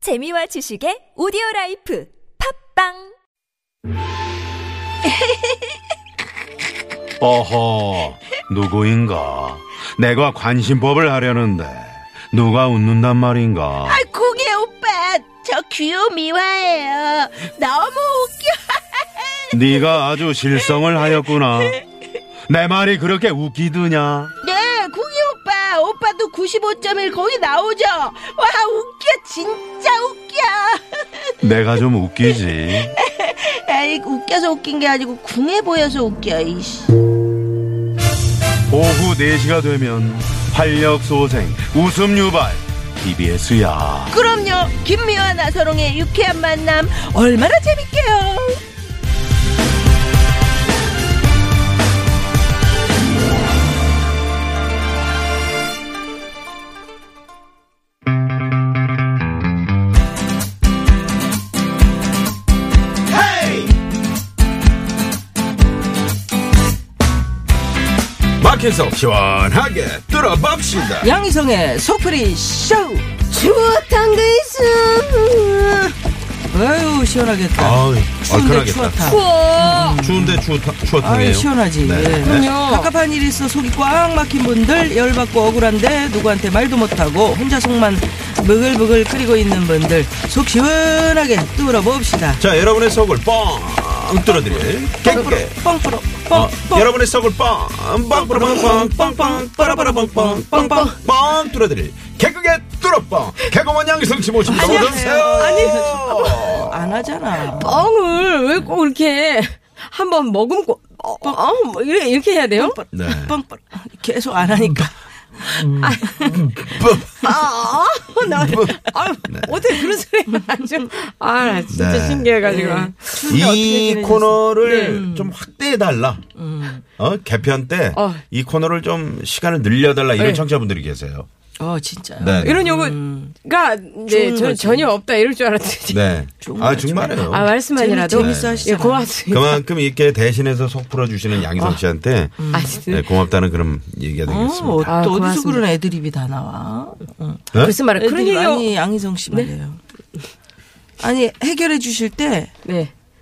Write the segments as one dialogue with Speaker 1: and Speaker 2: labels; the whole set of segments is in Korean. Speaker 1: 재미와 지식의 오디오 라이프 팝빵
Speaker 2: 어허, 누구인가? 내가 관심법을 하려는데 누가 웃는단 말인가?
Speaker 3: 아, 공예 오빠, 저 귀요 미화예요. 너무 웃겨.
Speaker 2: 네가 아주 실성을 하였구나. 내 말이 그렇게 웃기드냐?
Speaker 3: 네, 공예 오빠, 오빠도 95.1 거기 나오죠. 와, 웃겨, 진짜 웃겨.
Speaker 2: 내가 좀 웃기지.
Speaker 3: 에이, 웃겨서 웃긴 게 아니고 궁해 보여서 웃겨. 이씨.
Speaker 2: 오후 4시가 되면 활력 소생, 웃음 유발, TBS야.
Speaker 3: 그럼요, 김미화 나서롱의 유쾌한 만남 얼마나 재밌게요.
Speaker 4: 마켓속 시원하게 뚫어봅시다.
Speaker 5: 양이성의 속풀이 쇼!
Speaker 3: 추어탕 대수.
Speaker 5: 아유, 시원하겠다.
Speaker 4: 아유,
Speaker 5: 추운데
Speaker 4: 얼큰하겠다.
Speaker 5: 추웠다.
Speaker 4: 추운데 추-
Speaker 5: 아유,
Speaker 4: 추어탕이에요.
Speaker 5: 시원하지. 예.
Speaker 4: 네, 네.
Speaker 5: 그럼요. 갑갑한 일 있어 속이 꽉 막힌 분들, 열받고 억울한데 누구한테 말도 못하고 혼자 속만 먹글먹글 끓이고 있는 분들, 속 시원하게 뚫어봅시다.
Speaker 4: 자, 여러분의 속을 뻥 뚫어드릴 깽깨.
Speaker 5: 뻥뿌러,
Speaker 4: 어,
Speaker 5: 뻥, 뻥.
Speaker 4: 여러분의 속을 뻥, 뻥, 뻥, 뻥, 뻥, 빠라바라 뻥, 뻥, 뻥, 뻥, 뻥 뚫어드릴 개그계 뚫어뻥. 개그먼 양희성 씨 모십니다.
Speaker 5: 안녕하세요.
Speaker 4: 어서오세요.
Speaker 5: 안 하잖아.
Speaker 6: 뻥을 왜 꼭 이렇게 한번 머금고 어, 어, 뭐 이래- 이렇게 해야 돼요?
Speaker 4: 네.
Speaker 5: 뻥뿌러. 계속 안 하니까.
Speaker 6: 아, 어, 나, 아, 어떻게 그런 소리가 나죠? 아, 나 진짜
Speaker 4: 네.
Speaker 6: 신기해가지고.
Speaker 4: 이 코너를 좀 확대해달라. 어? 개편 때,
Speaker 6: 어.
Speaker 4: 이 코너를 좀 시간을 늘려달라. 이런 청취자분들이 계세요.
Speaker 5: 어, 진짜.
Speaker 4: 네.
Speaker 6: 이런 요구가 이제
Speaker 5: 좋은
Speaker 6: 전-
Speaker 5: 음. 거지.
Speaker 6: 전혀 없다 이럴 줄 알았더니.
Speaker 4: 네. 아, 정말이에요.
Speaker 6: 아, 말씀만이라도.
Speaker 5: 네. 재밌- 재밌어 하시잖아.
Speaker 6: 예, 고맙습니다.
Speaker 4: 그만큼 이렇게 대신해서 속 풀어주시는 양희성 씨한테
Speaker 6: 아, 진짜.
Speaker 4: 네, 고맙다는 그런 얘기가 되겠습니다.
Speaker 5: 어, 또
Speaker 6: 아,
Speaker 5: 어디서
Speaker 6: 고맙습니다.
Speaker 5: 그런 애드립이 다 나와. 어. 응.
Speaker 4: 네?
Speaker 6: 글쎄 말이야. 그런
Speaker 5: 애드립
Speaker 6: 얘기.
Speaker 5: 아니 양희성 씨 말이에요. 아니 해결해 주실 때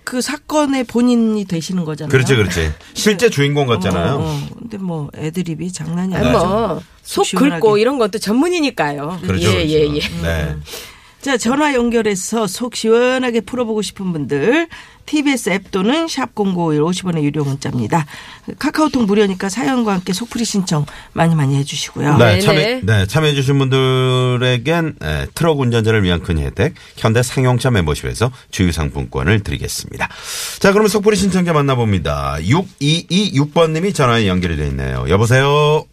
Speaker 5: 그
Speaker 6: 네.
Speaker 5: 사건의 본인이 되시는 거잖아요.
Speaker 4: 그렇죠, 그렇지, 그렇지. 실제 주인공 같잖아요.
Speaker 6: 음,
Speaker 5: 어, 어. 근데 뭐 애드립이 장난이
Speaker 6: 아니,
Speaker 5: 아니죠.
Speaker 6: 뭐, 속
Speaker 5: 시원하게.
Speaker 6: 긁고 이런 것도 전문이니까요.
Speaker 4: 네. 그렇죠.
Speaker 6: 예, 예,
Speaker 4: 그렇죠.
Speaker 6: 예.
Speaker 4: 네.
Speaker 5: 자 전화 연결해서 속 시원하게 풀어보고 싶은 분들 TBS 앱 또는 샵 #051 50원의 유료 문자입니다. 카카오톡 무료니까 사연과 함께 속풀이 신청 많이 많이 해주시고요.
Speaker 4: 네,
Speaker 6: 네네.
Speaker 4: 참여, 네, 참여해주신 분들에겐 에, 트럭 운전자를 위한 큰 혜택, 현대 상용차 멤버십에서 주유상품권을 드리겠습니다. 자, 그러면 속보리 신청자 만나봅니다. 6226번님이 전화에 연결이 돼 있네요. 여보세요?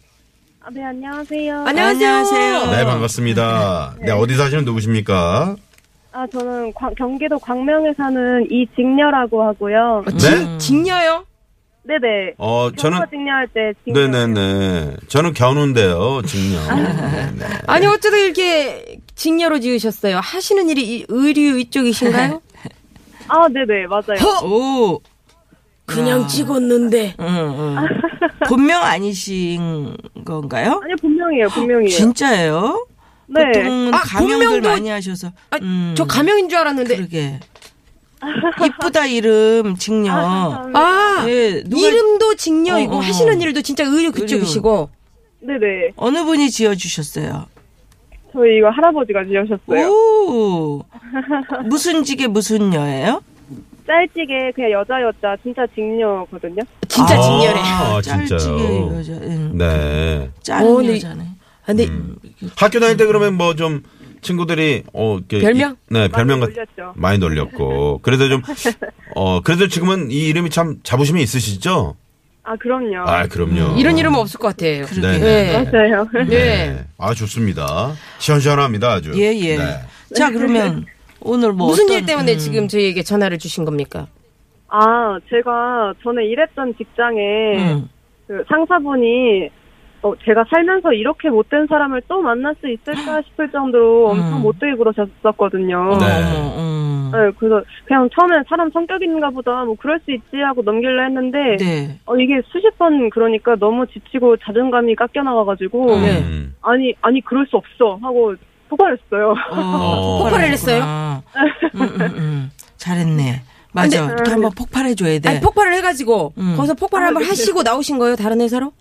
Speaker 7: 아, 네, 안녕하세요.
Speaker 6: 안녕하세요.
Speaker 5: 안녕하세요.
Speaker 6: 어.
Speaker 4: 네, 반갑습니다. 네, 어디 사시는 누구십니까?
Speaker 7: 아, 저는 광- 경기도 광명에 사는 이직녀라고 하고요.
Speaker 6: 음.
Speaker 5: 음.
Speaker 4: 네?
Speaker 6: 직녀요?
Speaker 7: 네네.
Speaker 4: 어, 저는,
Speaker 7: 경과 직녀할 때 직녀.
Speaker 4: 네네네. 저는 겨누인데요, 직녀. 네.
Speaker 6: 아니, 어쩌다 이렇게 직녀로 지으셨어요? 하시는 일이 이- 의류 이쪽이신가요?
Speaker 7: 아, 네네, 맞아요.
Speaker 5: 오,
Speaker 6: 그냥 찍었는데.
Speaker 5: 응, 응. 본명 아니신 건가요?
Speaker 7: 아니요, 분명이에요, 분명이에요.
Speaker 5: 진짜예요?
Speaker 7: 네.
Speaker 5: 보통은
Speaker 6: 예. 아,
Speaker 5: 가명들
Speaker 6: 본명도-
Speaker 5: 많이 하셔서.
Speaker 6: 아,
Speaker 5: 음,
Speaker 6: 저 가명인 줄 알았는데.
Speaker 5: 그러게. 이쁘다 이름 직녀.
Speaker 7: 아,
Speaker 6: 아,
Speaker 5: 예, 누가-
Speaker 6: 이름도 직녀이고
Speaker 5: 어, 어.
Speaker 6: 하시는 일도 진짜 의류 그쪽이시고.
Speaker 7: 네네.
Speaker 5: 어느 분이 지어주셨어요?
Speaker 7: 저희 이거 할아버지가 지으셨어요.
Speaker 5: 오. 무슨 직에 무슨 여예요?
Speaker 6: 어,
Speaker 7: 짤지게 그냥 여자 여자 진짜 직녀거든요.
Speaker 6: 진짜
Speaker 4: 아.
Speaker 6: 직녀래.
Speaker 4: 아, 진짜요?
Speaker 5: 짤지게 여자. 응.
Speaker 4: 네.
Speaker 5: 짠
Speaker 6: 어, 근데-
Speaker 5: 여자네.
Speaker 6: 아, 근데
Speaker 5: 음.
Speaker 4: 학교 다닐 때 그러면 뭐 좀 친구들이 어 이렇게
Speaker 6: 별명?
Speaker 4: 이- 네 별명 같
Speaker 7: 놀렸죠.
Speaker 4: 많이 놀렸고 그래도 좀어 그래도 지금은 이 이름이 참 자부심이 있으시죠?
Speaker 7: 아, 그럼요.
Speaker 4: 아 그럼요.
Speaker 6: 음. 이런 이름은 없을 것 같아요. 예.
Speaker 4: 네.
Speaker 6: 네.
Speaker 7: 맞아요.
Speaker 4: 네. 아 좋습니다. 시원시원합니다 아주.
Speaker 5: 예 예.
Speaker 4: 네.
Speaker 5: 자 그러면 오늘 뭐
Speaker 6: 무슨
Speaker 5: 어떤-
Speaker 6: 일 때문에
Speaker 5: 음,
Speaker 6: 지금 저희에게 전화를 주신 겁니까?
Speaker 7: 아, 제가 전에 일했던 직장에
Speaker 5: 음.
Speaker 7: 그 상사분이 어, 제가 살면서 이렇게 못된 사람을 또 만날 수 있을까 싶을 정도로 엄청
Speaker 5: 음.
Speaker 7: 못되게 그러셨었거든요.
Speaker 4: 네.
Speaker 5: 어머, 음.
Speaker 7: 네, 그래서 그냥 처음엔 사람 성격인가 보다 뭐 그럴 수 있지 하고 넘길라 했는데
Speaker 5: 네.
Speaker 7: 어, 이게 수십 번 그러니까
Speaker 6: 어, 예.
Speaker 7: 너무 지치고 자존감이 깎여 나가가지고
Speaker 5: 네.
Speaker 4: 음.
Speaker 7: 아니 아니 그럴 수 없어 하고 폭발했어요.
Speaker 4: 어.
Speaker 6: 폭발을 했어요?
Speaker 5: 그렇구나. 음, 음, 음. 잘했네. 맞아. 이렇게 한번 폭발해줘야 돼.
Speaker 6: 아니, 폭발을 해가지고
Speaker 5: 네. 음.
Speaker 6: 거기서 폭발을 한번 하시고 나오신 거예요 다른 회사로?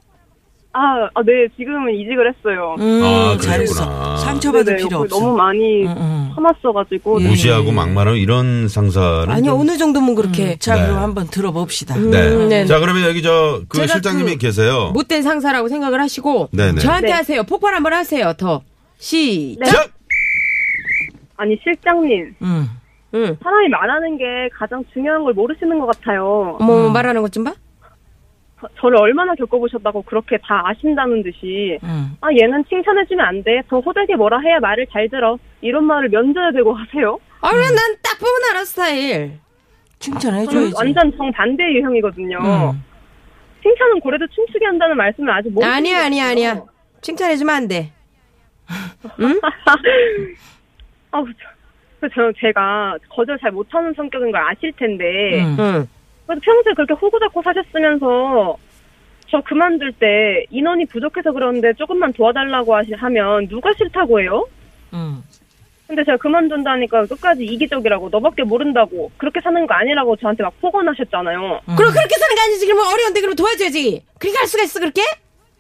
Speaker 7: 아, 아, 네, 지금은 이직을 했어요.
Speaker 5: 음,
Speaker 4: 아, 그러셨구나.
Speaker 5: 잘했어. 상처받을
Speaker 7: 네네,
Speaker 5: 필요 음,
Speaker 7: 욕을
Speaker 5: 없어.
Speaker 7: 너무 많이
Speaker 5: 응, 응. 음.
Speaker 7: 참았어가지고. 네.
Speaker 4: 무시하고 막말하고 이런 상사를.
Speaker 6: 예. 아니
Speaker 4: 좀-
Speaker 6: 어느 정도면 그렇게
Speaker 5: 자,
Speaker 4: 네.
Speaker 5: 그럼 한번 들어봅시다.
Speaker 4: 네.
Speaker 6: 음, 네.
Speaker 4: 자, 그러면 여기 저 그
Speaker 6: 제가
Speaker 4: 실장님이
Speaker 6: 그
Speaker 5: 음.
Speaker 4: 계세요.
Speaker 6: 못된 상사라고 생각을 하시고
Speaker 4: 네네. 네.
Speaker 6: 저한테
Speaker 7: 네.
Speaker 6: 하세요 폭발 한번 하세요 더 시작
Speaker 4: 자,
Speaker 7: 아니, 실장님.
Speaker 5: 음.
Speaker 6: 응.
Speaker 7: 사람이 말하는 게 가장 중요한 걸 모르시는 것 같아요.
Speaker 5: 음.
Speaker 6: 어머 어머, 말하는 것 좀 봐.
Speaker 7: 저- 저를 얼마나 겪어보셨다고 그렇게 다 아신다는 듯이.
Speaker 5: 음.
Speaker 7: 아, 얘는 칭찬해주면 안 돼. 더 호되게 뭐라 해야 말을 잘 들어. 이런 말을 면전에 대고 하세요.
Speaker 6: 아,
Speaker 5: 음.
Speaker 6: 왜 난 딱 보면 알아 스타일.
Speaker 5: 칭찬해줘야지.
Speaker 7: 저는 완전 정반대 유형이거든요.
Speaker 5: 음.
Speaker 7: 칭찬은 고래도 춤추게 한다는 말씀을 아직 못.
Speaker 6: 아니야 아니야 아니야. 칭찬해주면 안 돼.
Speaker 7: 아, 그래서 저는 제가 거절 잘 못하는 성격인 걸 아실 텐데.
Speaker 5: 음.
Speaker 6: 응.
Speaker 7: 그래서 평소에 그렇게 호구잡고 사셨으면서 저 그만둘 때 인원이 부족해서 그러는데 조금만 도와달라고 하시, 하면 누가 싫다고 해요?
Speaker 5: 음.
Speaker 7: 근데 제가 그만둔다니까 끝까지 이기적이라고 너밖에 모른다고 그렇게 사는 거 아니라고 저한테 막 폭언하셨잖아요.
Speaker 5: 음.
Speaker 6: 그럼 그렇게 사는 거 아니지 그러면 어려운데 그럼 도와줘야지. 그렇게 할 수가 있어 그렇게?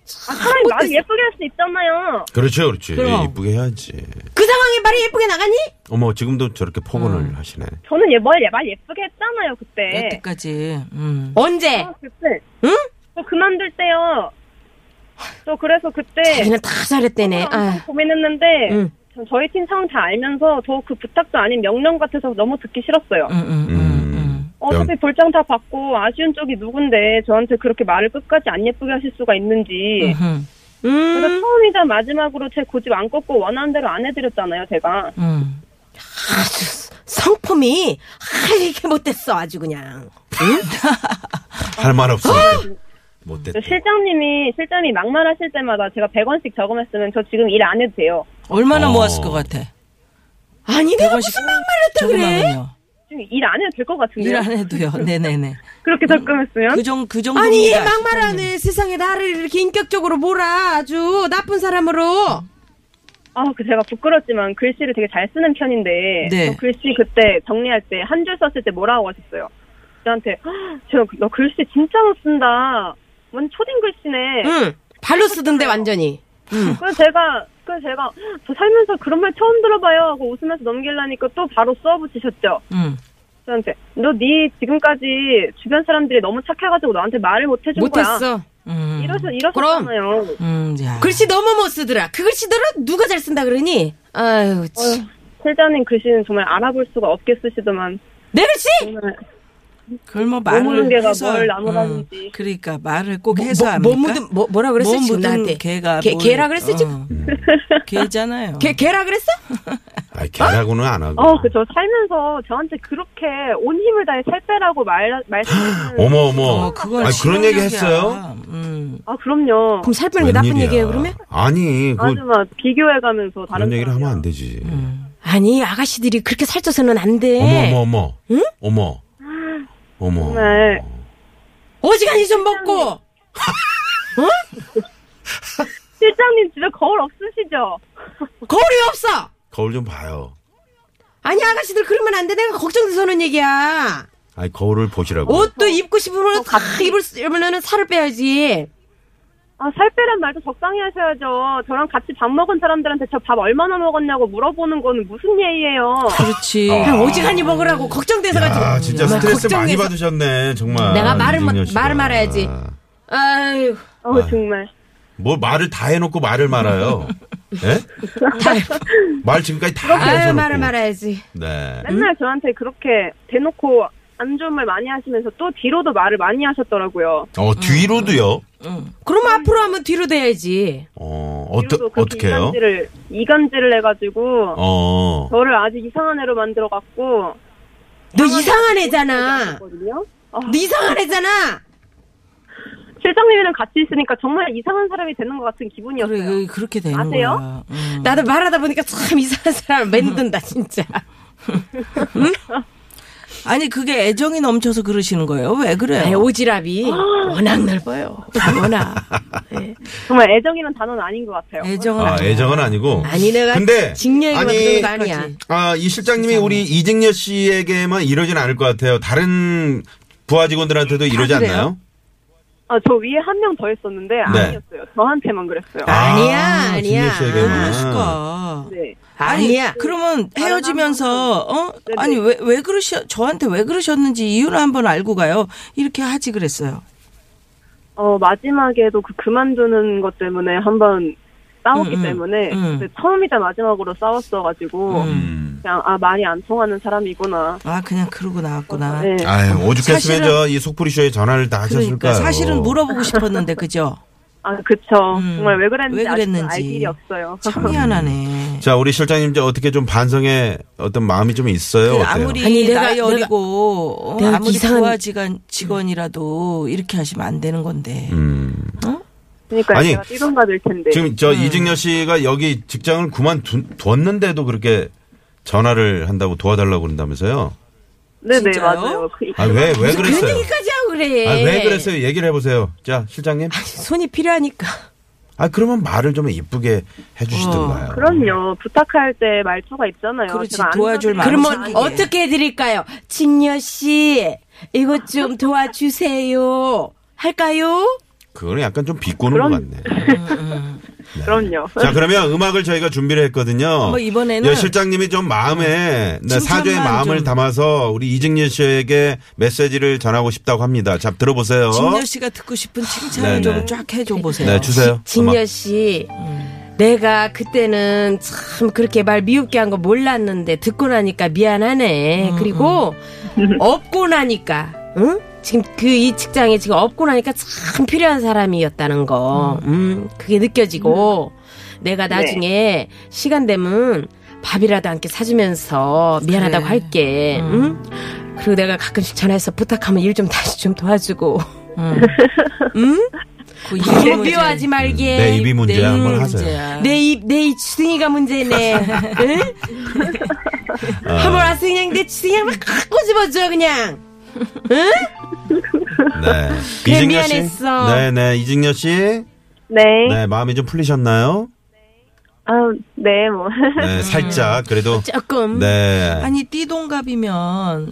Speaker 7: 사람이 말을 예쁘게 할 수 있잖아요.
Speaker 4: 그렇죠, 그렇지.
Speaker 6: 그럼.
Speaker 4: 이쁘게 해야지.
Speaker 6: 그 상황에 말이 예쁘게 나가니?
Speaker 4: 어머, 지금도 저렇게 폭언을 하시네.
Speaker 7: 저는 예말 예말 예쁘게 했잖아요 그때.
Speaker 5: 여태까지. 음.
Speaker 6: 언제?
Speaker 7: 아, 그때.
Speaker 6: 응?
Speaker 7: 저 그만둘 때요. 저 그래서 그때
Speaker 6: 자기는 다 잘했대네.
Speaker 7: 엄청
Speaker 6: 아.
Speaker 7: 고민했는데
Speaker 6: 응.
Speaker 7: 전 저희 팀 상황 다 알면서 더 그 부탁도 아닌 명령 같아서 너무 듣기 싫었어요.
Speaker 5: 음, 음, 음, 음.
Speaker 4: 음.
Speaker 7: 어차피
Speaker 4: 명-
Speaker 7: 볼장 다 받고 아쉬운 쪽이 누군데 저한테 그렇게 말을 끝까지 안 예쁘게 하실 수가 있는지
Speaker 5: 음.
Speaker 7: 그래서
Speaker 6: 음.
Speaker 7: 처음이자 마지막으로 제 고집 안 꺾고 원하는 대로 안 해드렸잖아요 제가
Speaker 5: 음.
Speaker 6: 아, 성품이 아 이렇게 못됐어 아주 그냥.
Speaker 4: 할 말 없어. 못됐다.
Speaker 7: 저그 실장님이 실장님이 막말하실 때마다 제가 100원씩 저금했으면 저 지금 일 안 해도 돼요
Speaker 5: 얼마나
Speaker 4: 어.
Speaker 5: 모았을 것 같아?
Speaker 6: 아니 내가 무슨 막말했다 그래?
Speaker 5: 조금만요.
Speaker 7: 지금 일 안 해도 될 것 같은데요
Speaker 5: 일안 해도요. 네네네.
Speaker 7: 그렇게 적금했으면
Speaker 5: 그 정도, 그 정도.
Speaker 6: 아니 얘 막말하네 세상에 나를 이렇게 인격적으로 몰아 아주 나쁜 사람으로.
Speaker 7: 아, 그 제가 부끄럽지만 글씨를 되게 잘 쓰는 편인데
Speaker 5: 네.
Speaker 7: 저 글씨 그때 정리할 때 한 줄 썼을 때 뭐라고 하셨어요? 저한테 "헉, 제가 너 글씨 진짜 못 쓴다. 완전 초딩 글씨네.
Speaker 6: 응. 발로 쓰던데 완전히.
Speaker 5: 음.
Speaker 7: 그래서 제가 그래서 제가 "헉, 저 살면서 그런 말 처음 들어봐요 하고 웃으면서 넘기려니까 또 바로 써붙이셨죠.
Speaker 5: 음.
Speaker 7: 저한테 너 네 지금까지 주변 사람들이 너무 착해가지고 너한테 말을 못 해준 거야.
Speaker 6: 못했어.
Speaker 5: 음.
Speaker 7: 이러셔 이러셨잖아요.
Speaker 5: 음, 야.
Speaker 6: 글씨 너무 못 쓰더라. 그 글씨들은 누가 잘 쓴다 그러니? 아유, 참.
Speaker 7: 실장님 글씨는 그 정말 알아볼 수가 없게 쓰시더만
Speaker 6: 내 글씨?
Speaker 7: 정말
Speaker 5: 그걸 뭐 말을
Speaker 7: 묻는 개가
Speaker 5: 해서-
Speaker 7: 뭘 나무라든지.
Speaker 5: 그러니까 말을 꼭 해서 합니까?
Speaker 6: 뭐 묻은 뭐 뭐라 그랬어
Speaker 5: 뭐
Speaker 6: 지금
Speaker 5: 묻은
Speaker 6: 나한테?
Speaker 5: 개가
Speaker 6: 개,
Speaker 5: 뭘-
Speaker 6: 개라 그랬어 지금?
Speaker 5: 어. 개잖아요.
Speaker 6: 개 개라 그랬어?
Speaker 4: 아, 걔라고는 안 하고.
Speaker 7: 어, 그저 살면서 저한테 그렇게 온 힘을 다해 살 빼라고 말, 말씀하시는.
Speaker 4: 어머, 어머.
Speaker 5: 어, 그건
Speaker 4: 아, 그런 얘기
Speaker 5: 실용적이야.
Speaker 4: 했어요?
Speaker 5: 음.
Speaker 7: 아, 그럼요.
Speaker 6: 그럼 살 빼는 게 나쁜
Speaker 4: 웬일이야.
Speaker 6: 얘기예요 그러면?
Speaker 4: 아니, 그,
Speaker 7: 아줌마, 비교해가면서 다른.
Speaker 4: 그런 얘기를
Speaker 7: 사람이랑.
Speaker 4: 하면 안 되지.
Speaker 6: 음. 아니 아가씨들이 그렇게 살쪄서는 안 돼.
Speaker 4: 어머, 어머, 어머. 어머. 어머.
Speaker 7: 정말.
Speaker 6: 어지간히 좀 먹고.
Speaker 7: 실장님 집에 거울 없으시죠?
Speaker 6: 거울이 없어.
Speaker 4: 거울 좀 봐요.
Speaker 6: 아니 아가씨들 그러면 안 돼. 내가 걱정돼서는 얘기야.
Speaker 4: 아니, 거울을 보시라고.
Speaker 6: 옷도 입고 싶으면 다 입을 쓰면은 살을 빼야지.
Speaker 7: 아, 살 빼란 말도 적당히 하셔야죠. 저랑 같이 밥 먹은 사람들한테 저 밥 얼마나 먹었냐고 물어보는 거는 무슨 예의예요?
Speaker 5: 그렇지.
Speaker 6: 아. 그냥 어지간히 먹으라고 걱정돼서 가지고.
Speaker 4: 야, 진짜 스트레스 많이
Speaker 6: 걱정돼서.
Speaker 4: 받으셨네, 정말.
Speaker 6: 내가 말을 마-
Speaker 4: 이승현 씨가.
Speaker 6: 말을 말아야지. 아유.
Speaker 7: 어, 우 정말.
Speaker 4: 뭘뭐 말을 다 해놓고 말을 말아요. 예? 말 지금까지 다
Speaker 6: 아유
Speaker 4: 해놓고.
Speaker 6: 말을 말아야지.
Speaker 4: 네.
Speaker 7: 맨날 저한테 그렇게 대놓고 안 좋은 말 많이 하시면서 또 뒤로도 말을 많이 하셨더라고요.
Speaker 4: 어 뒤로도요.
Speaker 6: 그럼 앞으로 하면 뒤로 돼야지.
Speaker 4: 어
Speaker 7: 뒤로도
Speaker 4: 어떠
Speaker 7: 그렇게
Speaker 4: 어떻게요?
Speaker 7: 이간질을, 이간질을 해가지고.
Speaker 4: 어.
Speaker 7: 저를 아주 이상한 애로 만들어갖고
Speaker 6: 너 이상한 애잖아.
Speaker 7: 거든요
Speaker 6: 너 이상한 애잖아.
Speaker 7: 실장님이랑 같이 있으니까 정말 이상한 사람이 되는 것 같은 기분이었어요.
Speaker 5: 그래, 그- 그렇게 되는
Speaker 7: 아세요?
Speaker 5: 거야. 음.
Speaker 6: 나도 말하다 보니까 참 이상한 사람 만든다 진짜.
Speaker 5: 아니 그게 애정이 넘쳐서 그러시는 거예요. 왜 그래요?
Speaker 6: 아니, 오지랖이 워낙 넓어요. 워낙. 예.
Speaker 7: 정말 애정이란 단어는 아닌 것 같아요.
Speaker 5: 애정은
Speaker 4: 아, 애정은 아니고.
Speaker 6: 아니 내가
Speaker 4: 근데
Speaker 6: 직녀이고
Speaker 4: 아니,
Speaker 6: 그런 거 아니야.
Speaker 4: 아, 이 실장님이 우리 이직녀 씨에게만 이러진 않을 것 같아요. 다른 부하 직원들한테도 이러지
Speaker 5: 그래요?
Speaker 4: 않나요?
Speaker 7: 아, 저 위에 한 명 더 있었는데 아니었어요. 저한테만 그랬어요.
Speaker 4: 네. 아,
Speaker 6: 아니야,
Speaker 4: 직녀
Speaker 6: 아니야.
Speaker 4: 씨에게만.
Speaker 5: 그랬을까?
Speaker 7: 네.
Speaker 5: 아니,
Speaker 6: 아니야.
Speaker 5: 그러면 헤어지면서 어
Speaker 7: 네네.
Speaker 5: 아니 왜 왜 그러셔 저한테 왜 그러셨는지 이유를 한번 알고 가요. 이렇게 하지 그랬어요.
Speaker 7: 어, 마지막에도 그 그만두는 것 때문에 한번 싸웠기
Speaker 5: 음, 음,
Speaker 7: 때문에
Speaker 5: 음.
Speaker 7: 근데 처음이자 마지막으로 싸웠어가지고
Speaker 4: 음.
Speaker 7: 그냥 아 많이 안 통하는 사람이구나.
Speaker 5: 아 그냥 그러고 나왔구나.
Speaker 7: 네.
Speaker 4: 아유, 오죽했으면
Speaker 5: 사실은-
Speaker 4: 저 이 속풀이쇼에 전화를 다 하셨을까요?
Speaker 5: 그러니까 사실은 물어보고 싶었는데 그죠?
Speaker 7: 아 그쵸.
Speaker 5: 음.
Speaker 7: 정말 왜 그랬는지,
Speaker 5: 왜 그랬는지.
Speaker 7: 아직도 알 길이 없어요.
Speaker 5: 참 미안하네.
Speaker 4: 자, 우리 실장님 이제 어떻게 좀 반성의 어떤 마음이 좀 있어요?
Speaker 5: 그
Speaker 4: 어때요?
Speaker 5: 아무리
Speaker 6: 아니, 내가-
Speaker 5: 나이
Speaker 6: 내가-
Speaker 5: 어리고 어,
Speaker 6: 내가
Speaker 5: 아무리
Speaker 6: 이상한-
Speaker 5: 부하 직원 직원이라도 이렇게 하시면 안 되는 건데.
Speaker 4: 음.
Speaker 7: 그러니까
Speaker 4: 아니,
Speaker 7: 제가 띠동가 될 텐데.
Speaker 4: 지금 저 이직녀 씨가 여기 직장을 그만뒀는데도 그렇게 전화를 한다고 도와달라고 그런다면서요?
Speaker 7: 네네
Speaker 5: 진짜요?
Speaker 7: 맞아요. 그,
Speaker 4: 아, 왜, 왜
Speaker 6: 그런
Speaker 4: 그랬어요?
Speaker 6: 얘기까지 하고 그래.
Speaker 4: 아, 왜 그랬어요? 얘기를 해보세요. 자, 실장님.
Speaker 6: 손이 필요하니까.
Speaker 4: 아, 그러면 말을 좀 이쁘게 해주시던가요.
Speaker 7: 어, 그럼요. 부탁할 때 말투가 있잖아요.
Speaker 5: 그렇지,
Speaker 7: 제가 안
Speaker 5: 도와줄
Speaker 7: 도와드리면
Speaker 5: 마음
Speaker 6: 그러면
Speaker 5: 생기게.
Speaker 6: 어떻게 해드릴까요? 진녀 씨, 이것 좀 도와주세요. 할까요?
Speaker 4: 그거는 약간 좀 비꼬는
Speaker 7: 그럼- 음,
Speaker 4: 것 같네. 네.
Speaker 7: 그럼요.
Speaker 4: 자, 그러면 음악을 저희가 준비를 했거든요.
Speaker 5: 뭐 이번에는
Speaker 4: 여 실장님이 좀 마음에, 네,
Speaker 5: 칭찬만
Speaker 4: 사죄의 마음을
Speaker 5: 좀.
Speaker 4: 담아서 우리 이직녀 씨에게 메시지를 전하고 싶다고 합니다. 자, 들어보세요.
Speaker 5: 진열 씨가 듣고 싶은 칭찬을
Speaker 4: 아, 네네.
Speaker 5: 좀 쫙 해줘 보세요.
Speaker 4: 네, 주세요.
Speaker 6: 진녀 씨, 내가 그때는 참 그렇게 말 미흡게 한 거 몰랐는데 듣고 나니까
Speaker 4: 음,
Speaker 6: 미안하네. 그리고 없고 나니까, 응? 지금 그 이 직장에 지금 없고 나니까 참 필요한 사람이었다는 거, 음, 그게 느껴지고
Speaker 4: 음.
Speaker 6: 내가
Speaker 4: 네.
Speaker 6: 나중에 시간 되면 밥이라도 함께 사주면서 미안하다고
Speaker 4: 네.
Speaker 5: 그래.
Speaker 6: 할게,
Speaker 4: 음.
Speaker 6: 응? 그리고 내가 가끔씩 전화해서 부탁하면 일 좀 다시 좀 도와주고,
Speaker 5: 음.
Speaker 6: 음?
Speaker 5: 그 이유
Speaker 6: 너무
Speaker 5: 문제.
Speaker 6: 미워하지 말게.
Speaker 4: 네.
Speaker 6: 네.
Speaker 4: 내 입이 문제
Speaker 5: 내
Speaker 4: 한번
Speaker 5: 입
Speaker 4: 하세요.
Speaker 5: 문제야.
Speaker 6: 아.
Speaker 5: 네.
Speaker 6: 내 입, 내 입, 주둥이가 문제네. 응?
Speaker 4: 아.
Speaker 6: 한번 와서 그냥 내 주둥이 막 꼬집어줘, 그냥.
Speaker 4: 네.
Speaker 6: 그래,
Speaker 4: 이직녀 씨.
Speaker 6: 미안했어.
Speaker 4: 네, 네. 이직녀 씨.
Speaker 7: 네.
Speaker 4: 네, 마음이 좀 풀리셨나요?
Speaker 7: 아, 네 뭐.
Speaker 4: 네, 살짝 그래도
Speaker 6: 조금.
Speaker 4: 네.
Speaker 5: 아니 띠동갑이면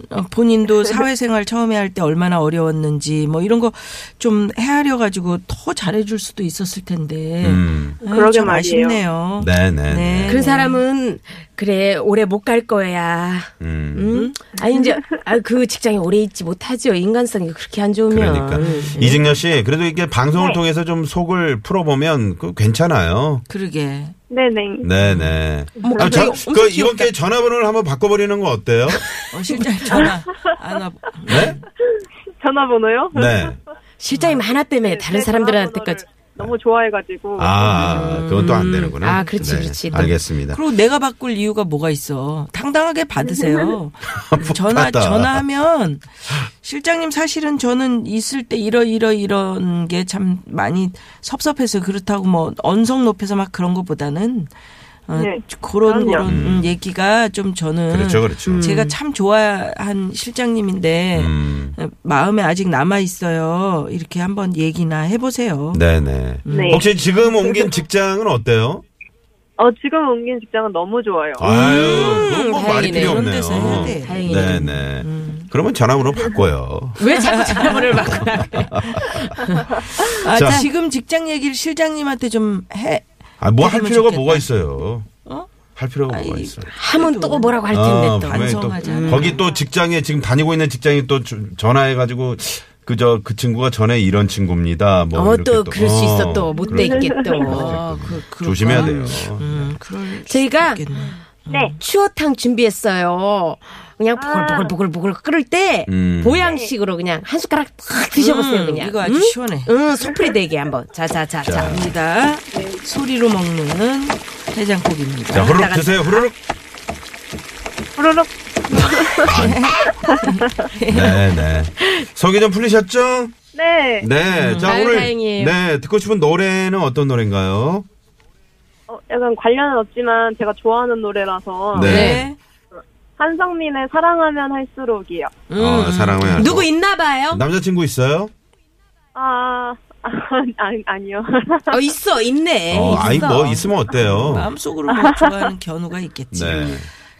Speaker 5: 어, 본인도 사회생활 처음에 할 때 얼마나 어려웠는지 뭐 이런 거 좀 헤아려 가지고 더 잘해줄 수도 있었을 텐데
Speaker 4: 음.
Speaker 5: 아유,
Speaker 7: 그러게
Speaker 5: 참
Speaker 7: 말이에요.
Speaker 5: 아쉽네요.
Speaker 4: 네, 네, 네.
Speaker 6: 그런 사람은, 그래, 오래 못 갈 거야.
Speaker 4: 음.
Speaker 6: 응? 아니, 이제, 아, 그 직장에 오래 있지 못하죠. 인간성이 그렇게 안 좋으면.
Speaker 4: 그러니까 이직녀 씨 그래도 이게 방송을 통해서 좀 속을 풀어보면 그 괜찮아요.
Speaker 5: 그러게.
Speaker 7: 네네.
Speaker 4: 네네.
Speaker 6: 뭐
Speaker 4: 아,
Speaker 6: 갑자기
Speaker 4: 저,
Speaker 6: 엄청
Speaker 4: 그 이번
Speaker 6: 귀엽다.
Speaker 4: 기회에 전화번호를 한번 바꿔버리는 거 어때요?
Speaker 5: 어, 실장 전화 안 와.
Speaker 4: 네?
Speaker 7: 전화번호요?
Speaker 4: 네.
Speaker 6: 실장님 하나
Speaker 5: 네,
Speaker 6: 때문에 다른
Speaker 7: 제
Speaker 6: 사람들한테까지.
Speaker 7: 전화번호를 너무 좋아해가지고.
Speaker 4: 아, 그건 또 안 되는구나. 네.
Speaker 6: 아, 그렇지, 그렇지.
Speaker 4: 알겠습니다.
Speaker 5: 그리고 내가 바꿀 이유가 뭐가 있어? 당당하게 받으세요. 음, 전화
Speaker 4: 받아.
Speaker 5: 전화하면 실장님 사실은 저는 있을 때 이러 이러 이런 게 참 많이 섭섭해서 그렇다고 뭐 언성 높여서 막 그런 것보다는 어,
Speaker 7: 네.
Speaker 5: 그런
Speaker 7: 그럼요.
Speaker 5: 그런 음, 얘기가 좀 저는
Speaker 4: 그렇죠, 그렇죠.
Speaker 5: 음. 제가 참 좋아한 실장님인데
Speaker 4: 음.
Speaker 5: 마음에 아직 남아 있어요. 이렇게 한번 얘기나 해보세요.
Speaker 4: 네네.
Speaker 7: 네.
Speaker 4: 혹시 지금 옮긴 직장은 어때요?
Speaker 7: 어, 지금 옮긴 직장은 너무 좋아요.
Speaker 4: 아유, 그건 뭐 말이
Speaker 6: 다행이네요.
Speaker 4: 필요
Speaker 5: 그런
Speaker 4: 없네요.
Speaker 5: 데서 해야 돼.
Speaker 6: 다행이네.
Speaker 4: 네네. 그러면 전화번호 바꿔요.
Speaker 6: 왜 자꾸 전화번호를 바꾸나.
Speaker 5: 아,
Speaker 4: 자.
Speaker 5: 지금 직장 얘기를 실장님한테 좀 해.
Speaker 4: 아, 뭐 할
Speaker 5: 그러면
Speaker 4: 필요가
Speaker 5: 좋겠다.
Speaker 4: 뭐가 있어요?
Speaker 5: 어?
Speaker 4: 할 필요가
Speaker 5: 아이,
Speaker 4: 뭐가 있어요?
Speaker 6: 하면 또 뭐라고 할 텐데
Speaker 4: 아,
Speaker 6: 또.
Speaker 4: 분명히
Speaker 5: 반성하잖아.
Speaker 4: 거기 또 직장에 지금 다니고 있는 직장이 또 주- 전화해가지고 그 저 그 친구가 전에 이런 친구입니다. 뭐
Speaker 6: 어,
Speaker 4: 이렇게
Speaker 6: 또, 그럴 수 있어,
Speaker 4: 어, 그러니까.
Speaker 6: 또. 어, 못
Speaker 4: 그럴 수
Speaker 6: 되겠게 또.
Speaker 5: 아, 그, 그럴까?
Speaker 4: 조심해야 돼요.
Speaker 5: 음, 그럴
Speaker 6: 저희가
Speaker 5: 수 있겠네.
Speaker 7: 네.
Speaker 6: 추어탕 준비했어요. 그냥 보글보글보글보글 끓을 때
Speaker 4: 음.
Speaker 6: 보양식으로 그냥 한 숟가락 탁 드셔보세요
Speaker 5: 음,
Speaker 6: 그냥.
Speaker 5: 이거 아주
Speaker 6: 응?
Speaker 5: 시원해.
Speaker 6: 응, 소프리 대게 한번. 자자자자.
Speaker 4: 자.
Speaker 5: 입니다. 소리로 먹는 해장국입니다.
Speaker 4: 자, 후루룩 드세요. 후루룩.
Speaker 7: 후루룩.
Speaker 4: 네, 네. 속이 좀 풀리셨죠?
Speaker 7: 네.
Speaker 4: 네. 자,
Speaker 6: 음, 아유,
Speaker 4: 오늘
Speaker 6: 다행이에요.
Speaker 4: 네, 듣고 싶은 노래는 어떤 노래인가요?
Speaker 7: 어, 약간 관련은 없지만 제가 좋아하는 노래라서
Speaker 4: 네.
Speaker 5: 네.
Speaker 7: 한성민의 사랑하면 할수록이요.
Speaker 4: 어, 사랑해.
Speaker 6: 음, 누구 있나 봐요?
Speaker 4: 남자친구 있어요?
Speaker 7: 아, 아 아니, 아니요.
Speaker 6: 어, 있어, 있네.
Speaker 4: 어,
Speaker 6: 있어. 아,
Speaker 4: 아이, 뭐, 있으면 어때요?
Speaker 5: 마음속으로 뭐 좋아하는 견우가 있겠지.
Speaker 4: 네.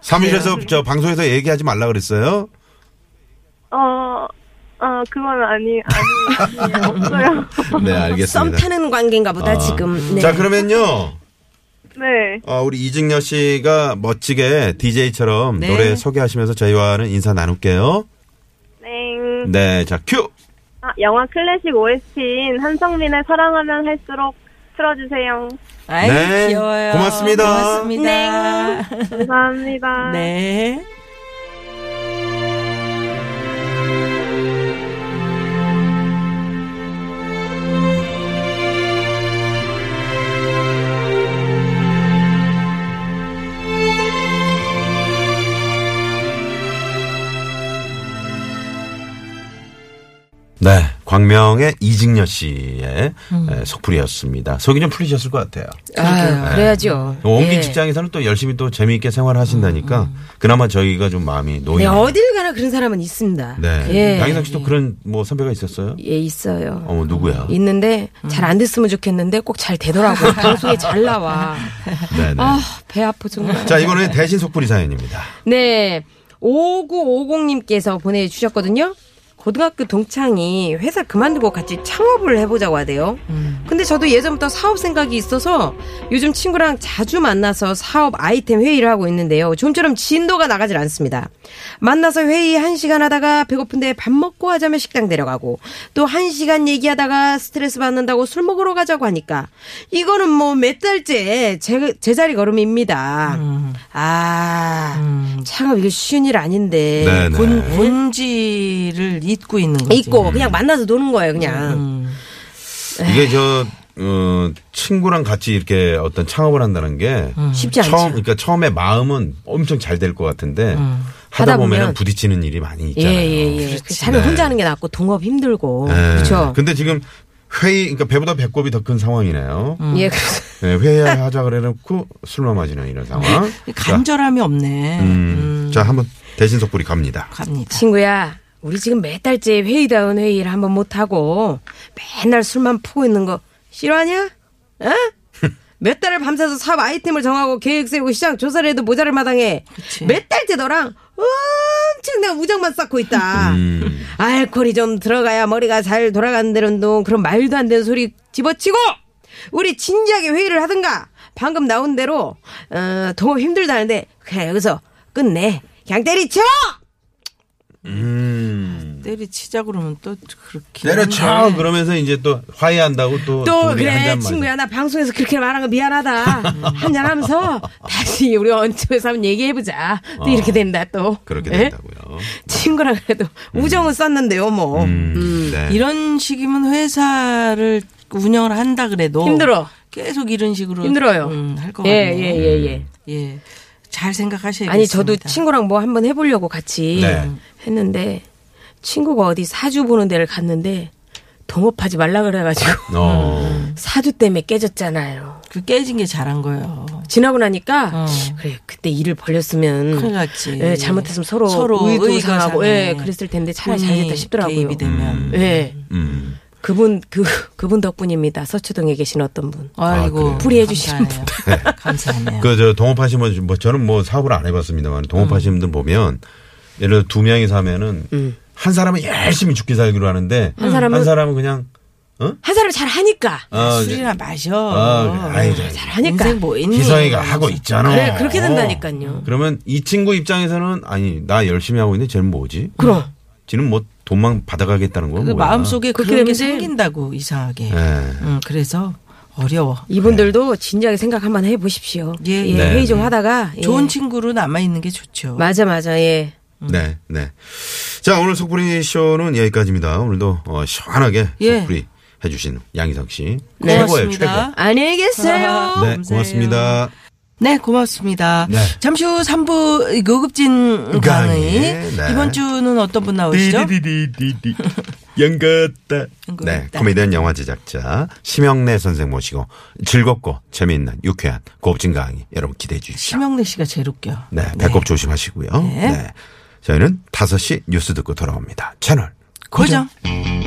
Speaker 4: 사무실에서, 저, 방송에서 얘기하지 말라 그랬어요?
Speaker 7: 어, 어 그건 아니 아니 아니에요. 없어요.
Speaker 4: 네,
Speaker 6: 썸
Speaker 4: 알겠습니다.
Speaker 6: 타는 관계인가 보다,
Speaker 4: 아.
Speaker 6: 지금. 네.
Speaker 4: 자, 그러면요.
Speaker 7: 네.
Speaker 4: 어, 우리 이직녀 씨가 멋지게 DJ처럼
Speaker 6: 네.
Speaker 4: 노래 소개하시면서 저희와는 인사 나눌게요.
Speaker 7: 네.
Speaker 4: 네, 자, 큐!
Speaker 7: 아, 영화 클래식 OST인 한성민의 사랑하면 할수록 틀어주세요.
Speaker 5: 아이,
Speaker 4: 네.
Speaker 5: 귀여워요.
Speaker 4: 고맙습니다.
Speaker 6: 네.
Speaker 5: 고맙습니다.
Speaker 7: 감사합니다.
Speaker 5: 네.
Speaker 4: 네, 광명의 이직녀 씨의
Speaker 6: 음.
Speaker 4: 에, 속풀이였습니다. 속이 좀 풀리셨을 것 같아요.
Speaker 6: 아, 그래야죠.
Speaker 4: 어, 옮긴
Speaker 6: 네.
Speaker 4: 직장에서는 또 열심히 또 재미있게 생활하신다니까 그나마 저희가 좀 마음이
Speaker 6: 음, 네,
Speaker 4: 놓이네요.
Speaker 6: 어딜 가나 그런 사람은 있습니다.
Speaker 4: 네.
Speaker 6: 예.
Speaker 4: 양희석 씨도 그런 뭐 선배가 있었어요?
Speaker 6: 예, 있어요.
Speaker 4: 어머, 누구야?
Speaker 6: 있는데 잘 안 됐으면 좋겠는데 꼭 잘 되더라고요. 방송에 잘 나와.
Speaker 4: 네네.
Speaker 6: 아, 배 아프 정말.
Speaker 4: 자, 이거는 대신 속풀이 사연입니다.
Speaker 6: 네. 5950님께서 보내주셨거든요. 고등학교 동창이 회사 그만두고 같이 창업을 해보자고 하대요. 근데 저도 예전부터 사업 생각이 있어서 요즘 친구랑 자주 만나서 사업 아이템 회의를 하고 있는데요. 좀처럼 진도가 나가질 않습니다. 만나서 회의 한시간 하다가 배고픈데 밥 먹고 하자면 식당 데려가고 또 한시간 얘기하다가 스트레스 받는다고 술 먹으러 가자고 하니까 이거는 뭐 몇 달째 제, 제자리 걸음입니다. 아,
Speaker 5: 음.
Speaker 6: 창업 이게 쉬운 일 아닌데.
Speaker 4: 네네.
Speaker 5: 본, 본질을 잊고 있는
Speaker 4: 네.
Speaker 5: 거지.
Speaker 6: 있고 그냥 만나서 노는 거예요, 그냥.
Speaker 5: 음.
Speaker 4: 이게 저, 어, 친구랑 같이 이렇게 어떤 창업을 한다는 게
Speaker 6: 쉽지 않죠.
Speaker 4: 처음, 그러니까 처음에 마음은 엄청 잘 될 것 같은데 하다
Speaker 6: 음. 하다
Speaker 4: 보면 은
Speaker 6: 보면
Speaker 4: 부딪히는 일이 많이
Speaker 6: 예,
Speaker 4: 있잖아요.
Speaker 6: 예, 예. 차라리
Speaker 4: 네.
Speaker 6: 혼자 하는 게 낫고 동업 힘들고.
Speaker 4: 예.
Speaker 6: 그렇죠?
Speaker 4: 근데 지금 회의, 그러니까 배보다 배꼽이 더 큰 상황이네요.
Speaker 5: 음.
Speaker 6: 예. 그래서
Speaker 4: 네, 회의하자 그래놓고 술만 마시는 이런 상황.
Speaker 5: 간절함이 없네.
Speaker 4: 음, 자, 한번 대신 속불이 갑니다.
Speaker 5: 갑니다.
Speaker 6: 친구야, 우리 지금 몇 달째 회의다운 회의를 한번 못 하고 맨날 술만 푸고 있는 거 싫어하냐? 어? 몇 달을 밤새서 사업 아이템을 정하고 계획 세우고 시장 조사를 해도 모자랄 마당에
Speaker 5: 그치.
Speaker 6: 몇 달째 너랑 엄청 내가 우정만 쌓고 있다.
Speaker 4: 음,
Speaker 6: 알코올이 좀 들어가야 머리가 잘 돌아간다는 둥 그런 말도 안 되는 소리 집어치고 우리 진지하게 회의를 하든가 방금 나온 대로 어, 동업 힘들다는데 그냥 여기서 끝내 그냥 때리쳐
Speaker 4: 어, 음.
Speaker 5: 때리치자 그러면 또 그렇게.
Speaker 4: 내려쳐! 아, 그러면서 이제 또 화해한다고 또.
Speaker 6: 또
Speaker 4: 둘이 한
Speaker 6: 그래
Speaker 4: 잔 마시고.
Speaker 6: 친구야 나 방송에서 그렇게 말한 거 미안하다 한잔하면서 다시 우리 언제에서 한번 얘기해보자 또
Speaker 4: 어.
Speaker 6: 이렇게 된다 또
Speaker 4: 그렇게
Speaker 6: 예?
Speaker 4: 된다고요.
Speaker 6: 친구랑 그래도 우정은 썼는데요 뭐
Speaker 4: 음, 네.
Speaker 5: 이런 식이면 회사를 운영을 한다 그래도
Speaker 6: 힘들어.
Speaker 5: 계속 이런 식으로 음,
Speaker 6: 힘들어요
Speaker 5: 할것
Speaker 6: 예,
Speaker 5: 같네요.
Speaker 6: 예, 예, 예.
Speaker 5: 예. 잘 생각하셔야겠습니다.
Speaker 6: 아니 저도 친구랑 뭐 한번 해보려고 같이
Speaker 4: 음. 네.
Speaker 6: 했는데 친구가 어디 사주 보는 데를 갔는데 동업하지 말라 그래가지고
Speaker 4: 어.
Speaker 6: 사주 때문에 깨졌잖아요.
Speaker 5: 그 깨진 게 잘한 거예요.
Speaker 6: 지나고 나니까
Speaker 5: 어.
Speaker 6: 그래 그때 일을 벌렸으면
Speaker 5: 큰일 났지.
Speaker 6: 예, 잘못했으면 서로,
Speaker 5: 서로
Speaker 6: 의도
Speaker 5: 의가
Speaker 6: 상하고
Speaker 5: 상해.
Speaker 6: 예, 그랬을 텐데 차라리
Speaker 5: 돈이
Speaker 6: 잘했다 싶더라고요.
Speaker 5: 개입이 되면.
Speaker 4: 음.
Speaker 6: 예,
Speaker 4: 음.
Speaker 6: 그분 그 그분 덕분입니다. 서초동에 계신 어떤 분.
Speaker 5: 아이고.
Speaker 4: 그래요?
Speaker 6: 풀이해주시는
Speaker 5: 감사해요. 감사하네요.
Speaker 4: 그, 저, 동업하신 분, 뭐, 저는 뭐, 사업을 안 해봤습니다만,
Speaker 6: 음.
Speaker 4: 동업하신 분들 보면, 예를 들어 두 명이서 하면은, 한 사람은 열심히 죽기 살기로 하는데, 한
Speaker 6: 사람은-
Speaker 4: 그냥, 어?
Speaker 6: 한 사람 잘 하니까
Speaker 4: 아,
Speaker 5: 술이나 마셔. 네.
Speaker 4: 아, 아이, 저,
Speaker 6: 잘 하니까
Speaker 5: 인생 뭐 있니?
Speaker 4: 기성이가 하고 있잖아.
Speaker 6: 그래 그렇게 된다니까요.
Speaker 4: 그러면 이 친구 입장에서는, 아니, 나 열심히 하고 있는데 쟤는 뭐지?
Speaker 6: 그럼
Speaker 4: 쟤는 뭐, 돈만 받아가겠다는 거야.
Speaker 5: 그
Speaker 4: 뭐야.
Speaker 5: 마음속에
Speaker 6: 그렇게
Speaker 5: 그런 게
Speaker 6: 되면 이제-
Speaker 5: 생긴다고 이상하게.
Speaker 4: 예.
Speaker 5: 음, 그래서 어려워.
Speaker 6: 이분들도 진지하게 생각 한번 해보십시오.
Speaker 5: 예.
Speaker 6: 예,
Speaker 4: 네.
Speaker 6: 회의 좀 하다가 예.
Speaker 5: 좋은 친구로 남아 있는 게 좋죠.
Speaker 6: 맞아 맞아 예.
Speaker 5: 음.
Speaker 4: 네, 네. 자, 오늘 속풀이 쇼는 여기까지입니다. 오늘도 어, 시원하게
Speaker 5: 예.
Speaker 4: 속풀이 해주신 양희석 씨.
Speaker 5: 네.
Speaker 4: 최고예요, 최고.
Speaker 5: 고맙습니다.
Speaker 6: 안녕히 계세요.
Speaker 4: 네, 고맙습니다.
Speaker 5: 네, 고맙습니다.
Speaker 4: 네.
Speaker 5: 잠시 후 3부
Speaker 4: 강의,
Speaker 5: 고급진 강의.
Speaker 4: 네.
Speaker 5: 이번 주는 어떤 분 나오시죠?
Speaker 4: 디디디디디디. 연긋다.
Speaker 5: 연긋다.
Speaker 4: 네, 코미디언 영화 제작자 심영래 선생 모시고 즐겁고 재미있는 유쾌한 고급진 강의 여러분 기대해 주십시오.
Speaker 5: 심영래 씨가 제일 웃겨.
Speaker 4: 네, 배꼽 조심하시고요.
Speaker 5: 네.
Speaker 4: 네. 저희는 5시 뉴스 듣고 돌아옵니다. 채널
Speaker 5: 고정.
Speaker 4: 고정.